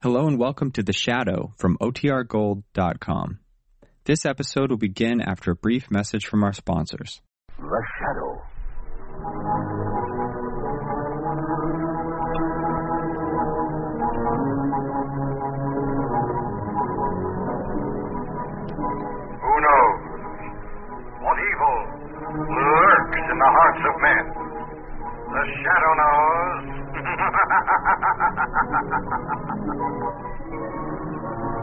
Hello and welcome to The Shadow from OTRGold.com. This episode will begin after a brief message from our sponsors. The Shadow. Who knows what evil lurks in the hearts of men? The shadow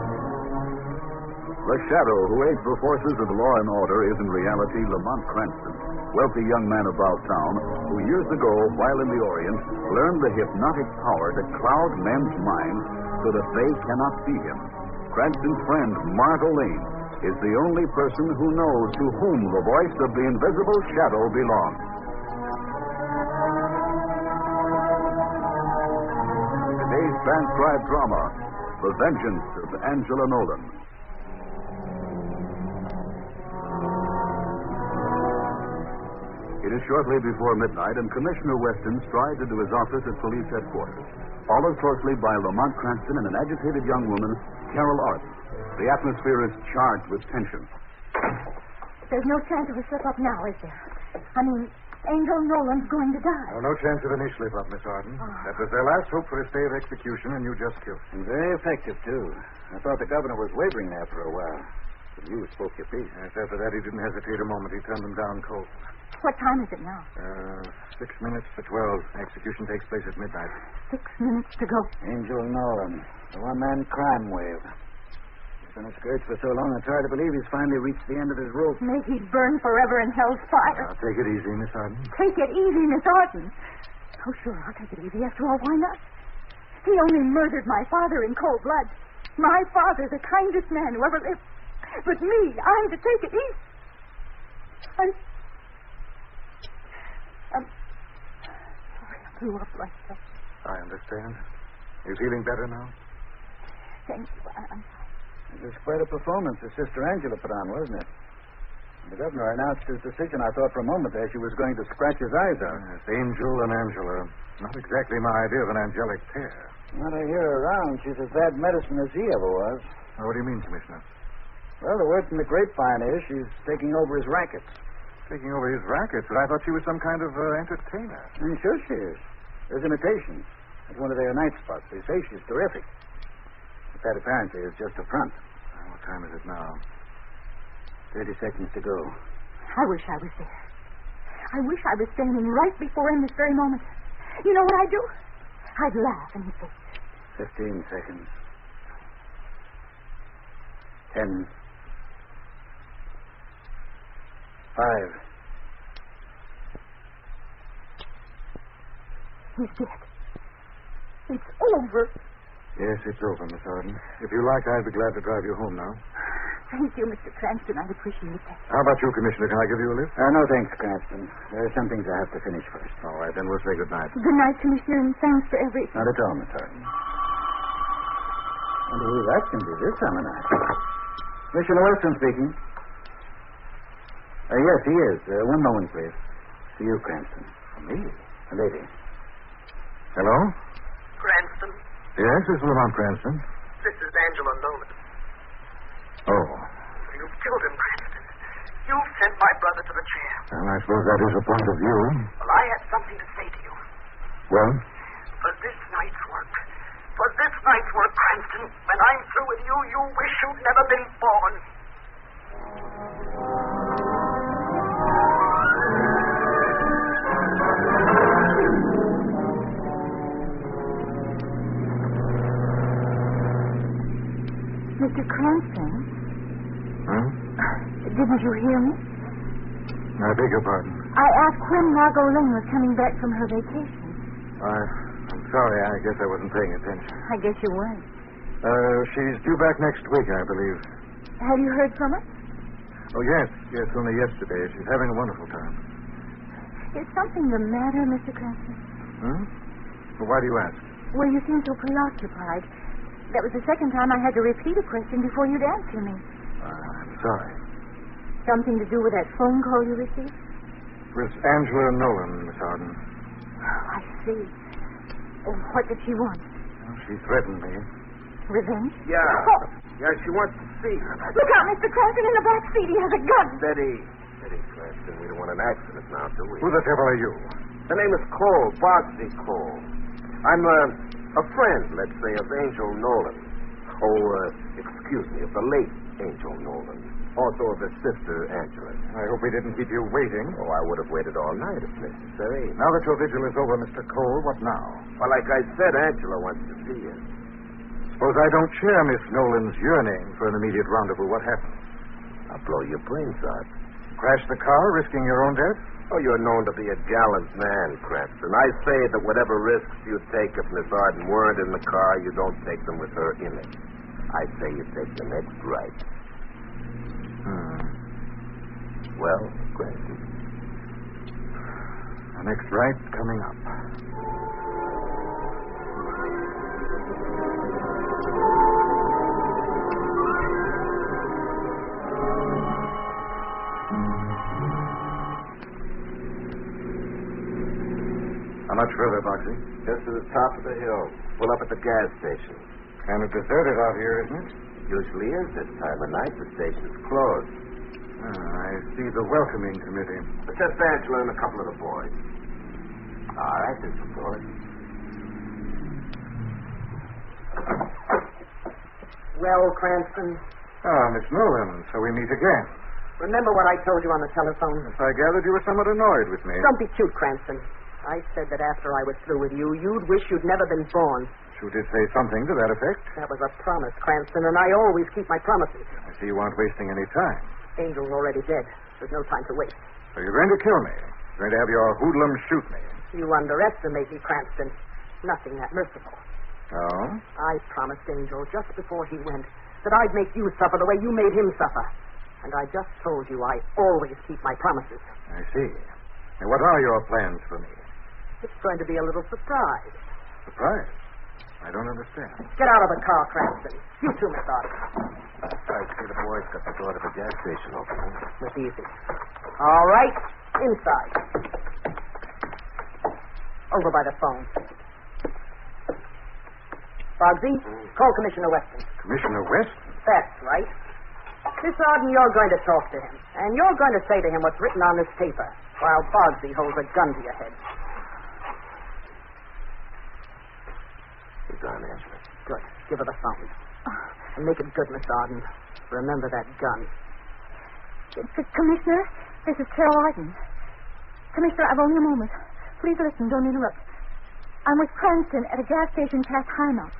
knows. The Shadow, who aids the forces of law and order, is in reality Lamont Cranston, wealthy young man about town who years ago, while in the Orient, learned the hypnotic power to cloud men's minds so that they cannot see him. Cranston's friend, Margot Lane, is the only person who knows to whom the voice of the invisible shadow belongs. Today's transcribed drama, The Vengeance of Angela Nolan. It is shortly before midnight, and Commissioner Weston strides into his office at police headquarters, followed closely by Lamont Cranston and an agitated young woman, Carol Arden. The atmosphere is charged with tension. There's no chance of a slip up now, is there? I mean, Angel Nolan's going to die. Oh, no chance of any slip up, Miss Arden. That was their last hope for a stay of execution, and you just killed him. Very effective, too. I thought the governor was wavering there for a while. But you spoke your piece. Yes, after that, he didn't hesitate a moment. He turned them down cold. What time is it now? Uh, six minutes to twelve. Execution takes place at midnight. Six minutes to go. Angel Nolan, the one man crime wave. He's been in skirts for so long, it's hard to believe he's finally reached the end of his rope. May he burn forever in hell's fire. Now, take it easy, Miss Arden. Take it easy, Miss Orton. Oh, sure, I'll take it easy. After all, why not? He only murdered my father in cold blood. My father, the kindest man who ever lived. But me, I'm to take it easy. I'm. I'm. Um, Sorry, I blew up like that. I understand. You feeling better now? Thank you. I, I'm sorry. It was quite a performance that Sister Angela put on, wasn't it? When the governor announced his decision, I thought for a moment there she was going to scratch his eyes out. Yes, Angel and Angela. Not exactly my idea of an angelic pair. Not I hear her around, she's as bad medicine as he ever was. Now, what do you mean, Commissioner? Well, the word from the grapevine is she's taking over his rackets. Taking over his rackets, but I thought she was some kind of uh, entertainer. And sure she is. There's imitations. It's one of their night spots. They say she's terrific. But that apparently is just a front. Uh, What time is it now? 30 seconds to go. I wish I was there. I wish I was standing right before him this very moment. You know what I'd do? I'd laugh in his face. 15 seconds. 10. 5. He's dead. It's over. Yes, it's over, Miss Arden. If you like, I'd be glad to drive you home now. Thank you, Mr. Cranston. I'd appreciate that. How about you, Commissioner? Can I give you a lift? Uh, no, thanks, Cranston. There are some things I have to finish first. All right, then we'll say good night. Good night, Commissioner, and thanks for everything. Not at all, Miss Arden. Wonder who that can be this time of night. Commissioner Wilson speaking. Uh, yes, he is. Uh, one moment, please. To you, Cranston. Me? A lady. Hello? Cranston, Yes, this is Lamont Cranston. this is Angela Nolan. Oh, You've killed him, Cranston. You've sent my brother to the chair. well, I suppose that is a point of view. Well, I had something to say to you. Well, For this night's work, for this night's work, Cranston, when I'm through with you, you wish you'd never been born. Mr. Cranston, hmm? didn't you hear me? I beg your pardon. I asked when Margot Lane was coming back from her vacation. I, I'm sorry. I guess I wasn't paying attention. I guess you weren't. Uh, she's due back next week, I believe. Have you heard from her? Oh, yes, yes, only yesterday. She's having a wonderful time. Is something the matter, Mr. Cranston? Hmm? Well, why do you ask? Well, you seem so preoccupied. That was the second time I had to repeat a question before you'd answer me. Uh, I'm sorry. Something to do with that phone call you received? Miss Angela Nolan, Miss Arden. I see. Oh, what did she want? She threatened me. Revenge? Yeah. Oh, Yeah, she wants to see her. look out, Mr. Cranston, in the back seat. He has a gun. Betty. Betty Cranston, we don't want an accident now, do we? Who the devil are you? The name is Cole, Boxley Cole. I'm a, a friend, let's say, of Angel Nolan. Oh, uh, excuse me, of the late Angel Nolan. Also of his sister, Angela. I hope we didn't keep you waiting. Oh, I would have waited all night if necessary. Now that your vigil is over, Mr. Cole, what now? Well, like I said, Angela wants to see you. Suppose I don't share Miss Nolan's yearning for an immediate rendezvous. What happens? I'll blow your brains out. Crash the car, risking your own death? Oh, you're known to be a gallant man, Cranston. I say that whatever risks you take if Miss Arden weren't in the car, you don't take them with her in it. I say you take the next right. Hmm. Well, Cranston. The next right coming up. How much further, Boxy? Just to the top of the hill. Pull up at the gas station. Kind of deserted out here, isn't it? Usually is this time of night. The station's closed. Ah, I see the welcoming committee. But just Angela and a couple of the boys. All right, this will do it. Well, Cranston, Ah, Miss Nolan, so we meet again. remember what I told you on the telephone? Yes, I gathered you were somewhat annoyed with me. Don't be cute, Cranston. I said that after I was through with you, you'd wish you'd never been born. You did say something to that effect. That was a promise, Cranston, and I always keep my promises. I see you aren't wasting any time. Angel's already dead. There's no time to waste. So you're going to kill me. You're going to have your hoodlum shoot me. You underestimate me, Cranston. Nothing that merciful. Oh? I promised Angel just before he went that I'd make you suffer the way you made him suffer. And I just told you I always keep my promises. I see. And what are your plans for me? It's going to be a little surprise. Surprise. I don't understand. Get out of the car, Cranston. You too, Miss Arden. I see the boys got the door to the gas station open. huh? That's easy. All right, inside. Over by the phone. Bugsy, call Commissioner Weston. Commissioner West? That's right. Miss Arden, you're going to talk to him, and you're going to say to him what's written on this paper while Bogsy holds a gun to your head. He's on, Angela. Good. Give her the phone. And make it good, Miss Arden. Remember that gun. C- Commissioner, this is Carol Arden. Commissioner, I've only a moment. Please listen, don't interrupt. I'm with Cranston at a gas station past Highmount.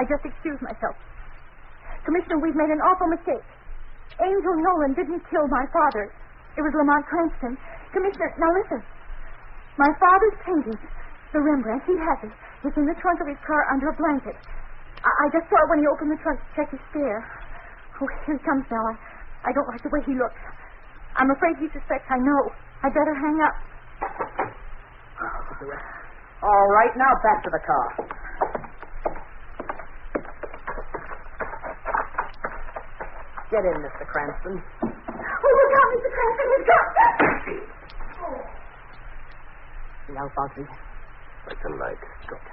I just excused myself. Commissioner, we've made an awful mistake. Angel Nolan didn't kill my father. It was Lamont Cranston. Commissioner, now listen. My father's painting, the Rembrandt, he has it. It's in the trunk of his car under a blanket. I, I just saw it when he opened the trunk to check his stare. Oh, here he comes now. I, I don't like the way he looks. I'm afraid he suspects I know. I'd better hang up. All right, now back to the car. Get in, Mr. Cranston. Oh, look out, Mr. Cranston, he's got... Now, Bogsy. Like a light. Good.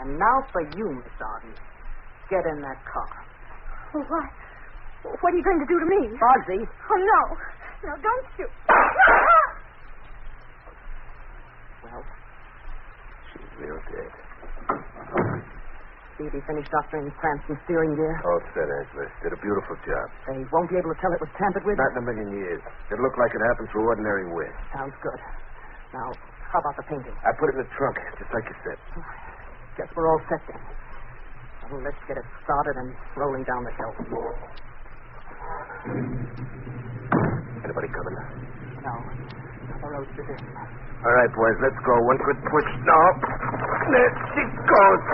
And now for you, Miss Arden. Get in that car. Oh, what? What are you going to do to me? Bogsy, Oh, no. No, don't shoot. well, She's real dead. see if he finished doctoring Cranston's steering gear. All set, Angela. Did a beautiful job. They won't be able to tell it was tampered with. Not in a million years. It looked like it happened through ordinary wind. Sounds good. Now, how about the painting? I put it in the trunk, just like you said. Guess we're all set then. Well, let's get it started and rolling down the hill. Anybody coming? No, the road's deserted. All right, boys, let's go. One quick push. No. There she goes.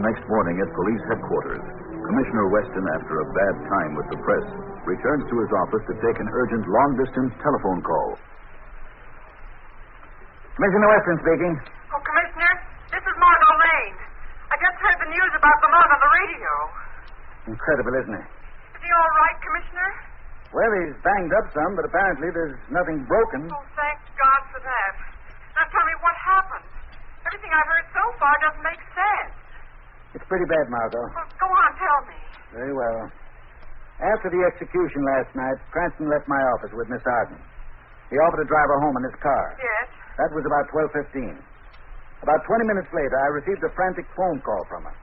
next morning at police headquarters, Commissioner Weston, after a bad time with the press, returns to his office to take an urgent long distance telephone call. Commissioner Weston speaking. Oh, Commissioner, this is Margot Lane. I just heard the news about Lamont on the radio. Incredible, isn't it? Is he all right, Commissioner? Well, he's banged up some, but apparently there's nothing broken. Oh, thank God for that. Now tell me what happened. Everything I've heard so far doesn't make sense. It's pretty bad, Margot. Well, go on, tell me. Very well. After the execution last night, Cranston left my office with Miss Arden. He offered to drive her home in his car. Yes. That was about 12.15. About 20 minutes later, I received a frantic phone call from her.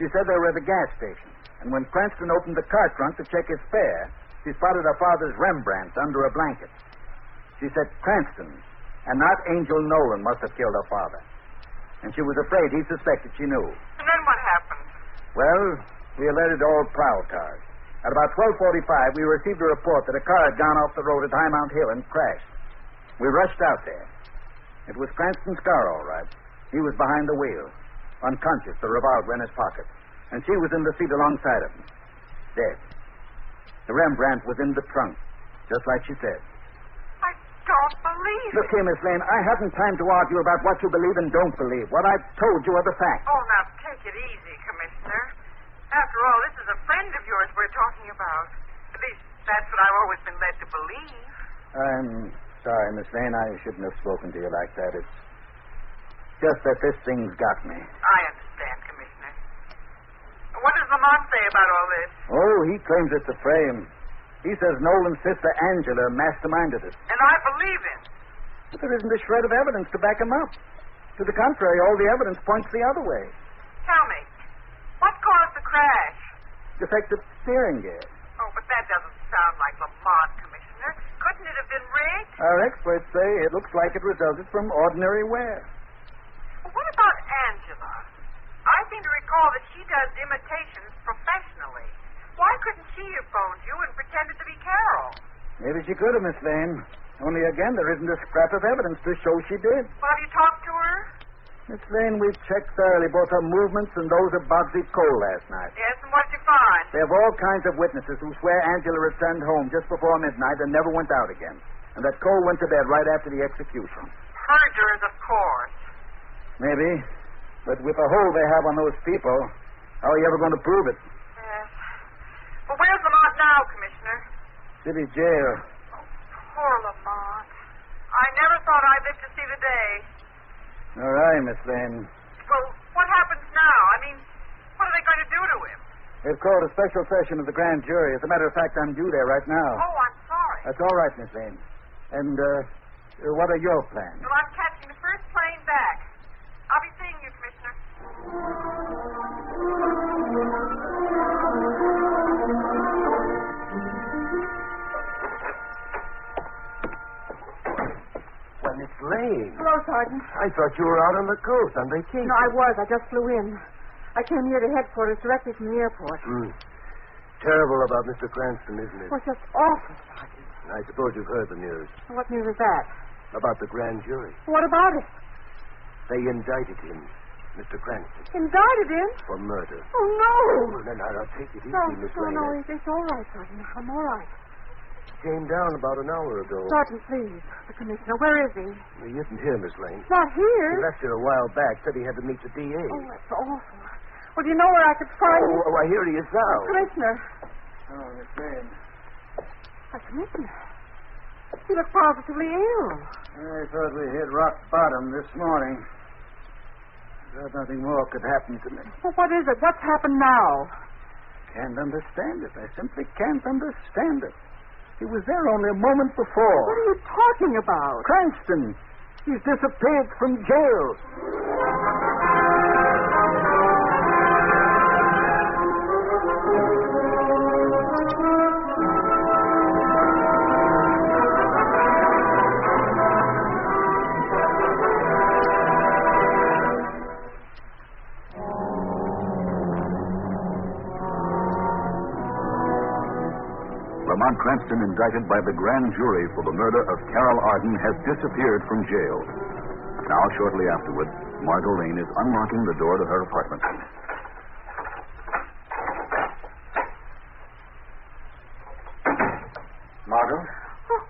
She said they were at the gas station, and when Cranston opened the car trunk to check his fare, she spotted her father's Rembrandt under a blanket. She said Cranston, and not Angel Nolan, must have killed her father. And she was afraid he suspected she knew. And then what happened? Well, we alerted all prowl cars. At about 12.45, we received a report that a car had gone off the road at High Mount Hill and crashed. We rushed out there. It was Cranston's car, all right. He was behind the wheel, unconscious, the revolver in his pocket. And she was in the seat alongside of him, dead. The Rembrandt was in the trunk, just like she said. I don't believe Look it. here, Miss Lane, I haven't time to argue about what you believe and don't believe. What I've told you are the facts. Oh, now take it easy, Commissioner. After all, this is a friend of yours we're talking about. At least that's what I've always been led to believe. I'm sorry, Miss Lane. I shouldn't have spoken to you like that. It's just that this thing's got me. I understand, Commissioner. What does Lamont say about all this? Oh, he claims it's a frame. He says Nolan's sister Angela masterminded it. And I believe him. But there isn't a shred of evidence to back him up. To the contrary, all the evidence points the other way. Tell me, what caused the crash? Defective steering gear. Oh, but that doesn't sound like Lamont, Commissioner. Couldn't it have been rigged? Our experts say it looks like it resulted from ordinary wear. Well, What about Angela? I seem to recall that she does imitations professionally. Why couldn't she have phoned you and pretended to be Carol? Maybe she could have, Miss Lane. Only again, there isn't a scrap of evidence to show she did. Well, have you talked to her? Miss Lane, we've checked thoroughly both her movements and those of Boxy Cole last night. Yes, and what did you find? They have all kinds of witnesses who swear Angela returned home just before midnight and never went out again, and that Cole went to bed right after the execution. Perjurers, of course. Maybe, but with the hold they have on those people, how are you ever going to prove it? Yes. Well, where's Lamont now, Commissioner? City jail. Oh, Poor Lamont. I never thought I'd live to see the day. All right, Miss Lane. Well, what happens now? I mean, what are they going to do to him? They've called a special session of the grand jury. As a matter of fact, I'm due there right now. Oh, I'm sorry. That's all right, Miss Lane. And uh, uh, what are your plans? Well, I'm catching the first plane back. I'll be seeing you, Commissioner. Well, Miss Lane, Hello, Sergeant. I thought you were out on the coast on vacation. No, I was. I just flew in. I came here to headquarters directly from the airport. Hmm. Terrible about Mr. Cranston, isn't it? It was just awful, Sergeant. I suppose you've heard the news What news is that? about the grand jury. What about it? They indicted him, Mr. Cranston, Indicted him? for murder. Oh, no. No, no, no, take it easy, No, Miss no, Lane. no. I It's, it's all right, Sergeant. I'm all right. came down about an hour ago. Sergeant, please. The commissioner, where is he? He isn't here, Miss Lane. Not He here. left here a while back, said he had to meet the DA. Oh, that's awful. Well, do you know where I could find him? oh, I hear he is now. Commissioner. Oh, Miss Lane. The commissioner? He looked positively ill. I thought we hit rock bottom this morning. I thought nothing more could happen to me. Well, what is it? What's happened now? Can't understand it. I simply can't understand it. He was there only a moment before. What are you talking about? Cranston. He's disappeared from jail. Lamont Cranston, indicted by the grand jury for the murder of Carol Arden, has disappeared from jail. Now, shortly afterward, Margot Lane is unlocking the door to her apartment. Margot, Oh,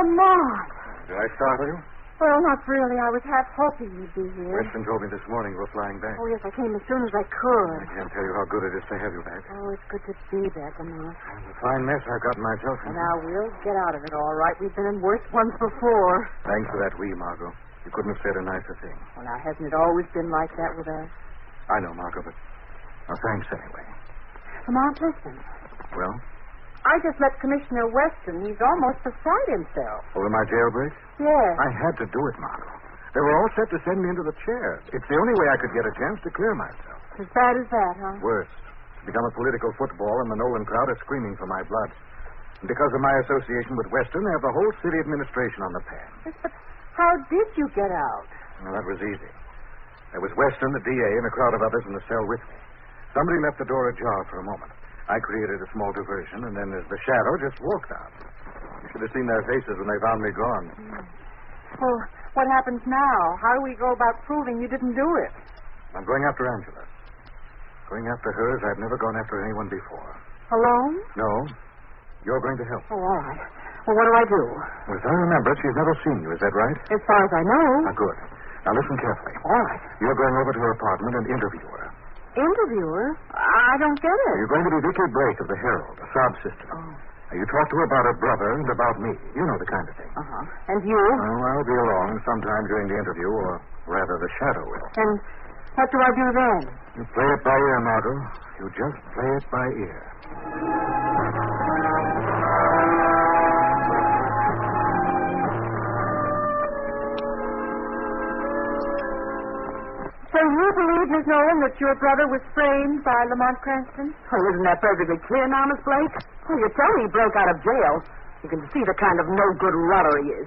Lamont. did I startle you? Well, not really. I was half hoping you'd be here. Weston told me this morning you were flying back. Oh, yes, I came as soon as I could. I can't tell you how good it is to have you back. Oh, it's good to be back, Lamont. And the fine mess I've gotten myself in. Now, we'll get out of it all right. We've been in worse ones before. Thanks for that we, Margot. You couldn't have said a nicer thing. Well, now, hasn't it always been like that with us? I know, Margot, but... Well, thanks anyway. Lamont, listen. Well, I just let Commissioner Weston. He's almost beside himself. over my jailbreak? Yes. I had to do it, Margot. They were all set to send me into the chair. It's the only way I could get a chance to clear myself. As bad as that, huh? Worse, to become a political football, and the Nolan crowd are screaming for my blood. And because of my association with Weston, they have the whole city administration on the pan. But how did you get out? Well, that was easy. There was Weston, the DA, and a crowd of others in the cell with me. Somebody left the door ajar for a moment. I created a small diversion, and then as the shadow just walked out. You should have seen their faces when they found me gone. Well, Oh, what happens now? How do we go about proving you didn't do it? I'm going after Angela. Going after her as I've never gone after anyone before. Alone? No. You're going to help. Oh, all right. Well, what do I do? Well, As I remember, she's never seen you. Is that right? As far as I know. Now, Ah, good. Now, listen carefully. All right. You're going over to her apartment and interview her. Interviewer? I don't get it. You're going to be Vicky Blake of the Herald, a sob sister. Oh. Now, you talk to her about her brother and about me. You know the kind of thing. Uh-huh. And you? Oh, I'll be along sometime during the interview, or rather, the shadow will. And what do I do then? You play it by ear, Margot. You just play it by ear. So you believe, Miss Nolan, that your brother was framed by Lamont Cranston? Well, isn't that perfectly clear now, Miss Blake? Well, you tell me he broke out of jail. You can see the kind of no good rotter he is.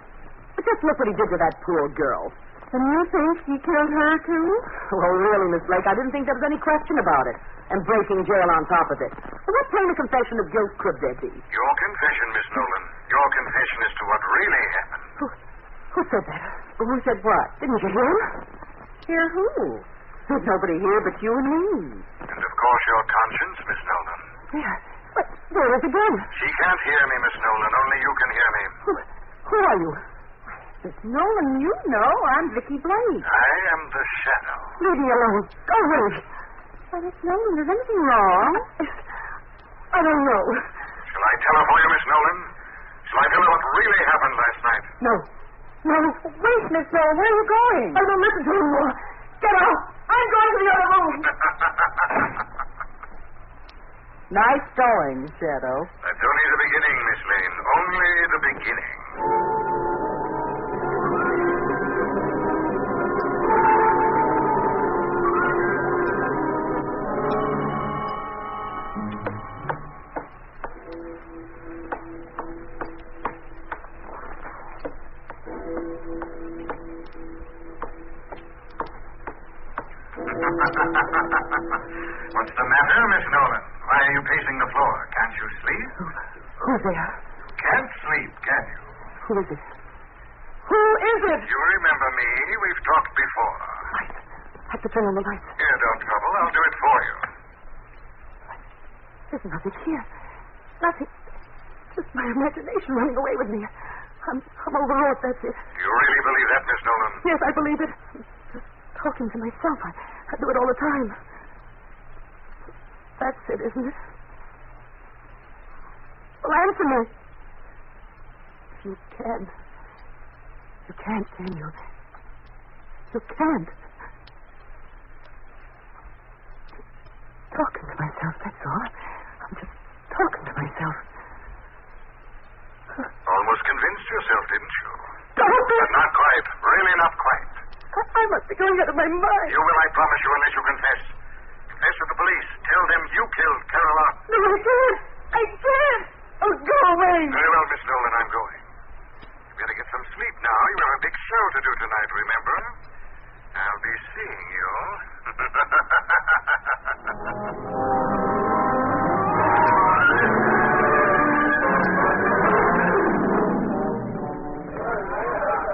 But just look what he did to that poor girl. And you think he killed her, too? Well, Oh, really, Miss Blake, I didn't think there was any question about it. And breaking jail on top of it. Well, what plain a confession of guilt could there be? Your confession, Miss Nolan, your confession as to what really happened. Who, who said that? Who said what? Didn't you hear? Hear who? There's nobody here but you and me. And of course, your conscience, Miss Nolan. Yes. But there it is again. She can't hear me, Miss Nolan. Only you can hear me. Who, who are you? Miss Nolan, you know I'm Vicky Blake. I am the shadow. Leave me alone. Go away. Why, Miss Nolan, is anything wrong? I don't know. Shall I tell her for you, Miss Nolan? Shall I tell her what really happened last night? No. No. Wait, Miss Nolan, where are you going? I don't listen to you anymore. Get out. I'm going to the other room. Nice going, Shadow. That's only the beginning, Miss Lane. Only the beginning. What's the matter, Miss Nolan? Why are you pacing the floor? Can't you sleep? Who's there? Can't sleep, can you? Who is it? Who is it? You remember me. We've talked before. Light. I have to turn on the lights. Here, don't trouble. I'll do it for you. There's nothing here. Nothing. Just my imagination running away with me. I'm, I'm overwrought, that's it. Do you really believe that, Miss Nolan? Yes, I believe it. Just talking to myself. I, I do it all the time. That's it, isn't it? Well, answer me. If you can. You can't, can you? You can't. Just talking to myself, that's all. I'm just talking to myself. Almost convinced yourself, didn't you? Don't do But it! not quite. Really not quite. I, I must be going out of my mind. You will, I promise you, unless you confess. Confess to the police. Tell them you killed Caroline. No, I can't. I can't. Oh, go away. Very well, Miss Nolan, I'm going. You better get some sleep now. You have a big show to do tonight, remember? I'll be seeing you.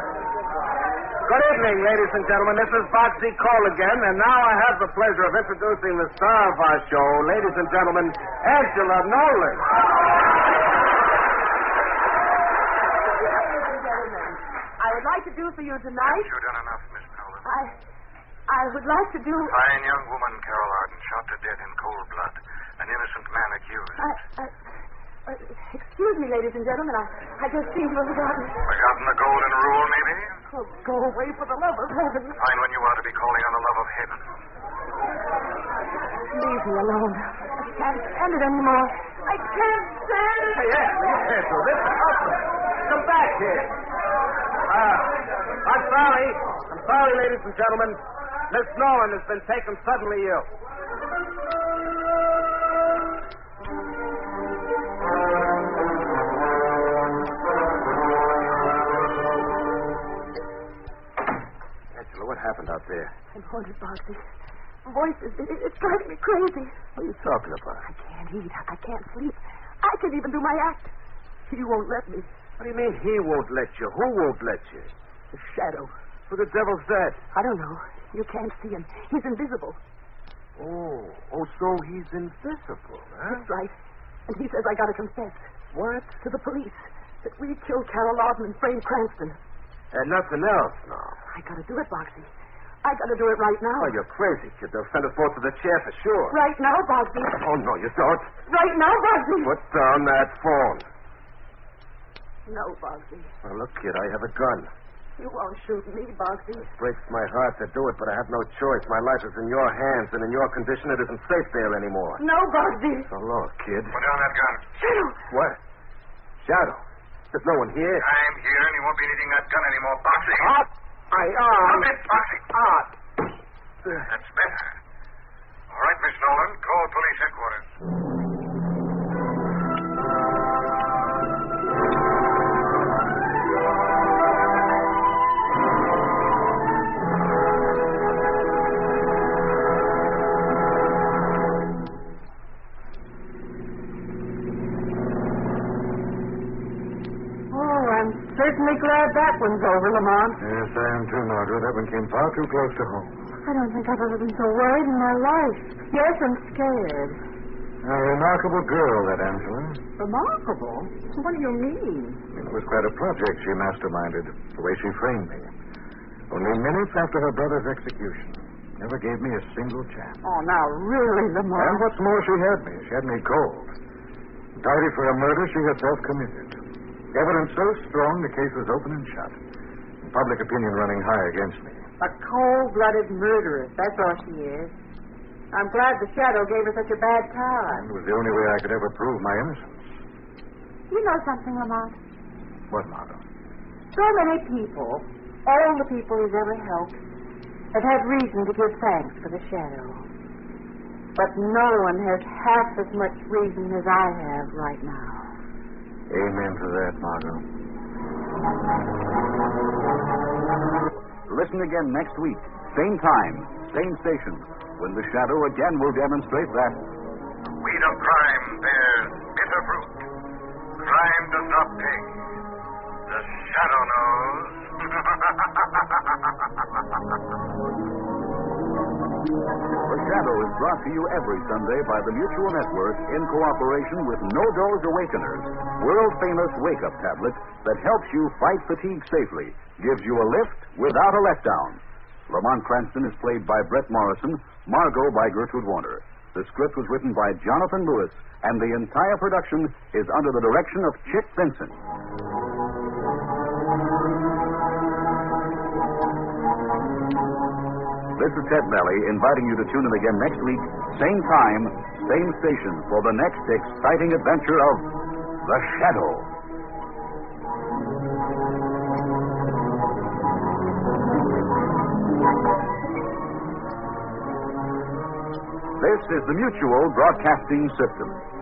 Good evening, ladies and gentlemen. This is Foxy Cole again, and now I have the pleasure of introducing the star of our show, ladies and gentlemen, Angela Nolan. would like to do for you tonight, You've done enough, Miss Nolan. Uh, I. I would like to do. Fine young woman, Carol Arden, shot to death in cold blood. An innocent man accused. I, I, uh, excuse me, ladies and gentlemen. I, I just seem to have forgotten. Forgotten the golden rule, maybe? Oh, go away for the love of heaven. Find when you are to be calling on the love of heaven. Leave me alone. I can't stand it anymore. I can't stand it. Yes, yes, so this Come back here. Ah, I'm sorry. I'm sorry, ladies and gentlemen. Miss Nolan has been taken suddenly ill. Angela, what happened out there? I'm haunted, Boxy. Voices. It, it, it drives me crazy. What are you talking about? I can't eat. I, I can't sleep. I can't even do my act. He won't let me. What do you mean he won't let you? Who won't let you? The shadow. Who the devil's that? I don't know. You can't see him. He's invisible. Oh, oh, so he's invisible, huh? That's right. And he says I gotta confess What? to the police that we killed Carol Auden and Frank Cranston. And nothing else now. I gotta do it, Boxy. I gotta do it right now. Oh, you're crazy, kid. They'll send us both to the chair for sure. Right now, Boxy. Oh, no, you don't. Right now, Boxy. Put down that phone. No, Boxy. Now, look, kid, I have a gun. You won't shoot me, Boxy. Breaks my heart to do it, but I have no choice. My life is in your hands, and in your condition, it isn't safe there anymore. No, Boxy. So Oh, look, kid. Put down that gun. Shadow. What? Shadow. There's no one here. I'm here, and you won't be needing that gun anymore, Boxy. Up! I Stop am. it, Boxy. Up! That's better. All right, Miss Nolan, call police headquarters. Oh, I'm certainly glad that one's over, Lamont. Yes, I am too, Margaret. That one came far too close to home. I don't think I've ever been so worried in my life. Yes, I'm scared. A remarkable girl, that Angela. Remarkable? What do you mean? It was quite a project she masterminded, the way she framed me. Only minutes after her brother's execution, never gave me a single chance. Oh, now, really, Lamont. And what's more, she had me. She had me cold. Indicted for a murder she herself committed. Evidence so strong the case was open and shut. And public opinion running high against me. A cold-blooded murderess. That's all she is. I'm glad the shadow gave her such a bad time. It was the only way I could ever prove my innocence. You know something, Lamont? What, Margot? So many people, all the people he's ever helped, have had reason to give thanks for the shadow. But no one has half as much reason as I have right now. Amen to that, Margot. Listen again next week, same time, same station, when the shadow again will demonstrate that Weed of crime bears bitter fruit. Crime does not pay. The shadow knows. The Shadow is brought to you every Sunday by the Mutual Network in cooperation with No Dose Awakeners, world famous wake up tablets that helps you fight fatigue safely, gives you a lift without a letdown. Lamont Cranston is played by Brett Morrison, Margot by Gertrude Warner. The script was written by Jonathan Lewis, and the entire production is under the direction of Chick Vincent. This is Ted Melly inviting you to tune in again next week, same time, same station, for the next exciting adventure of The Shadow. This is the Mutual Broadcasting System.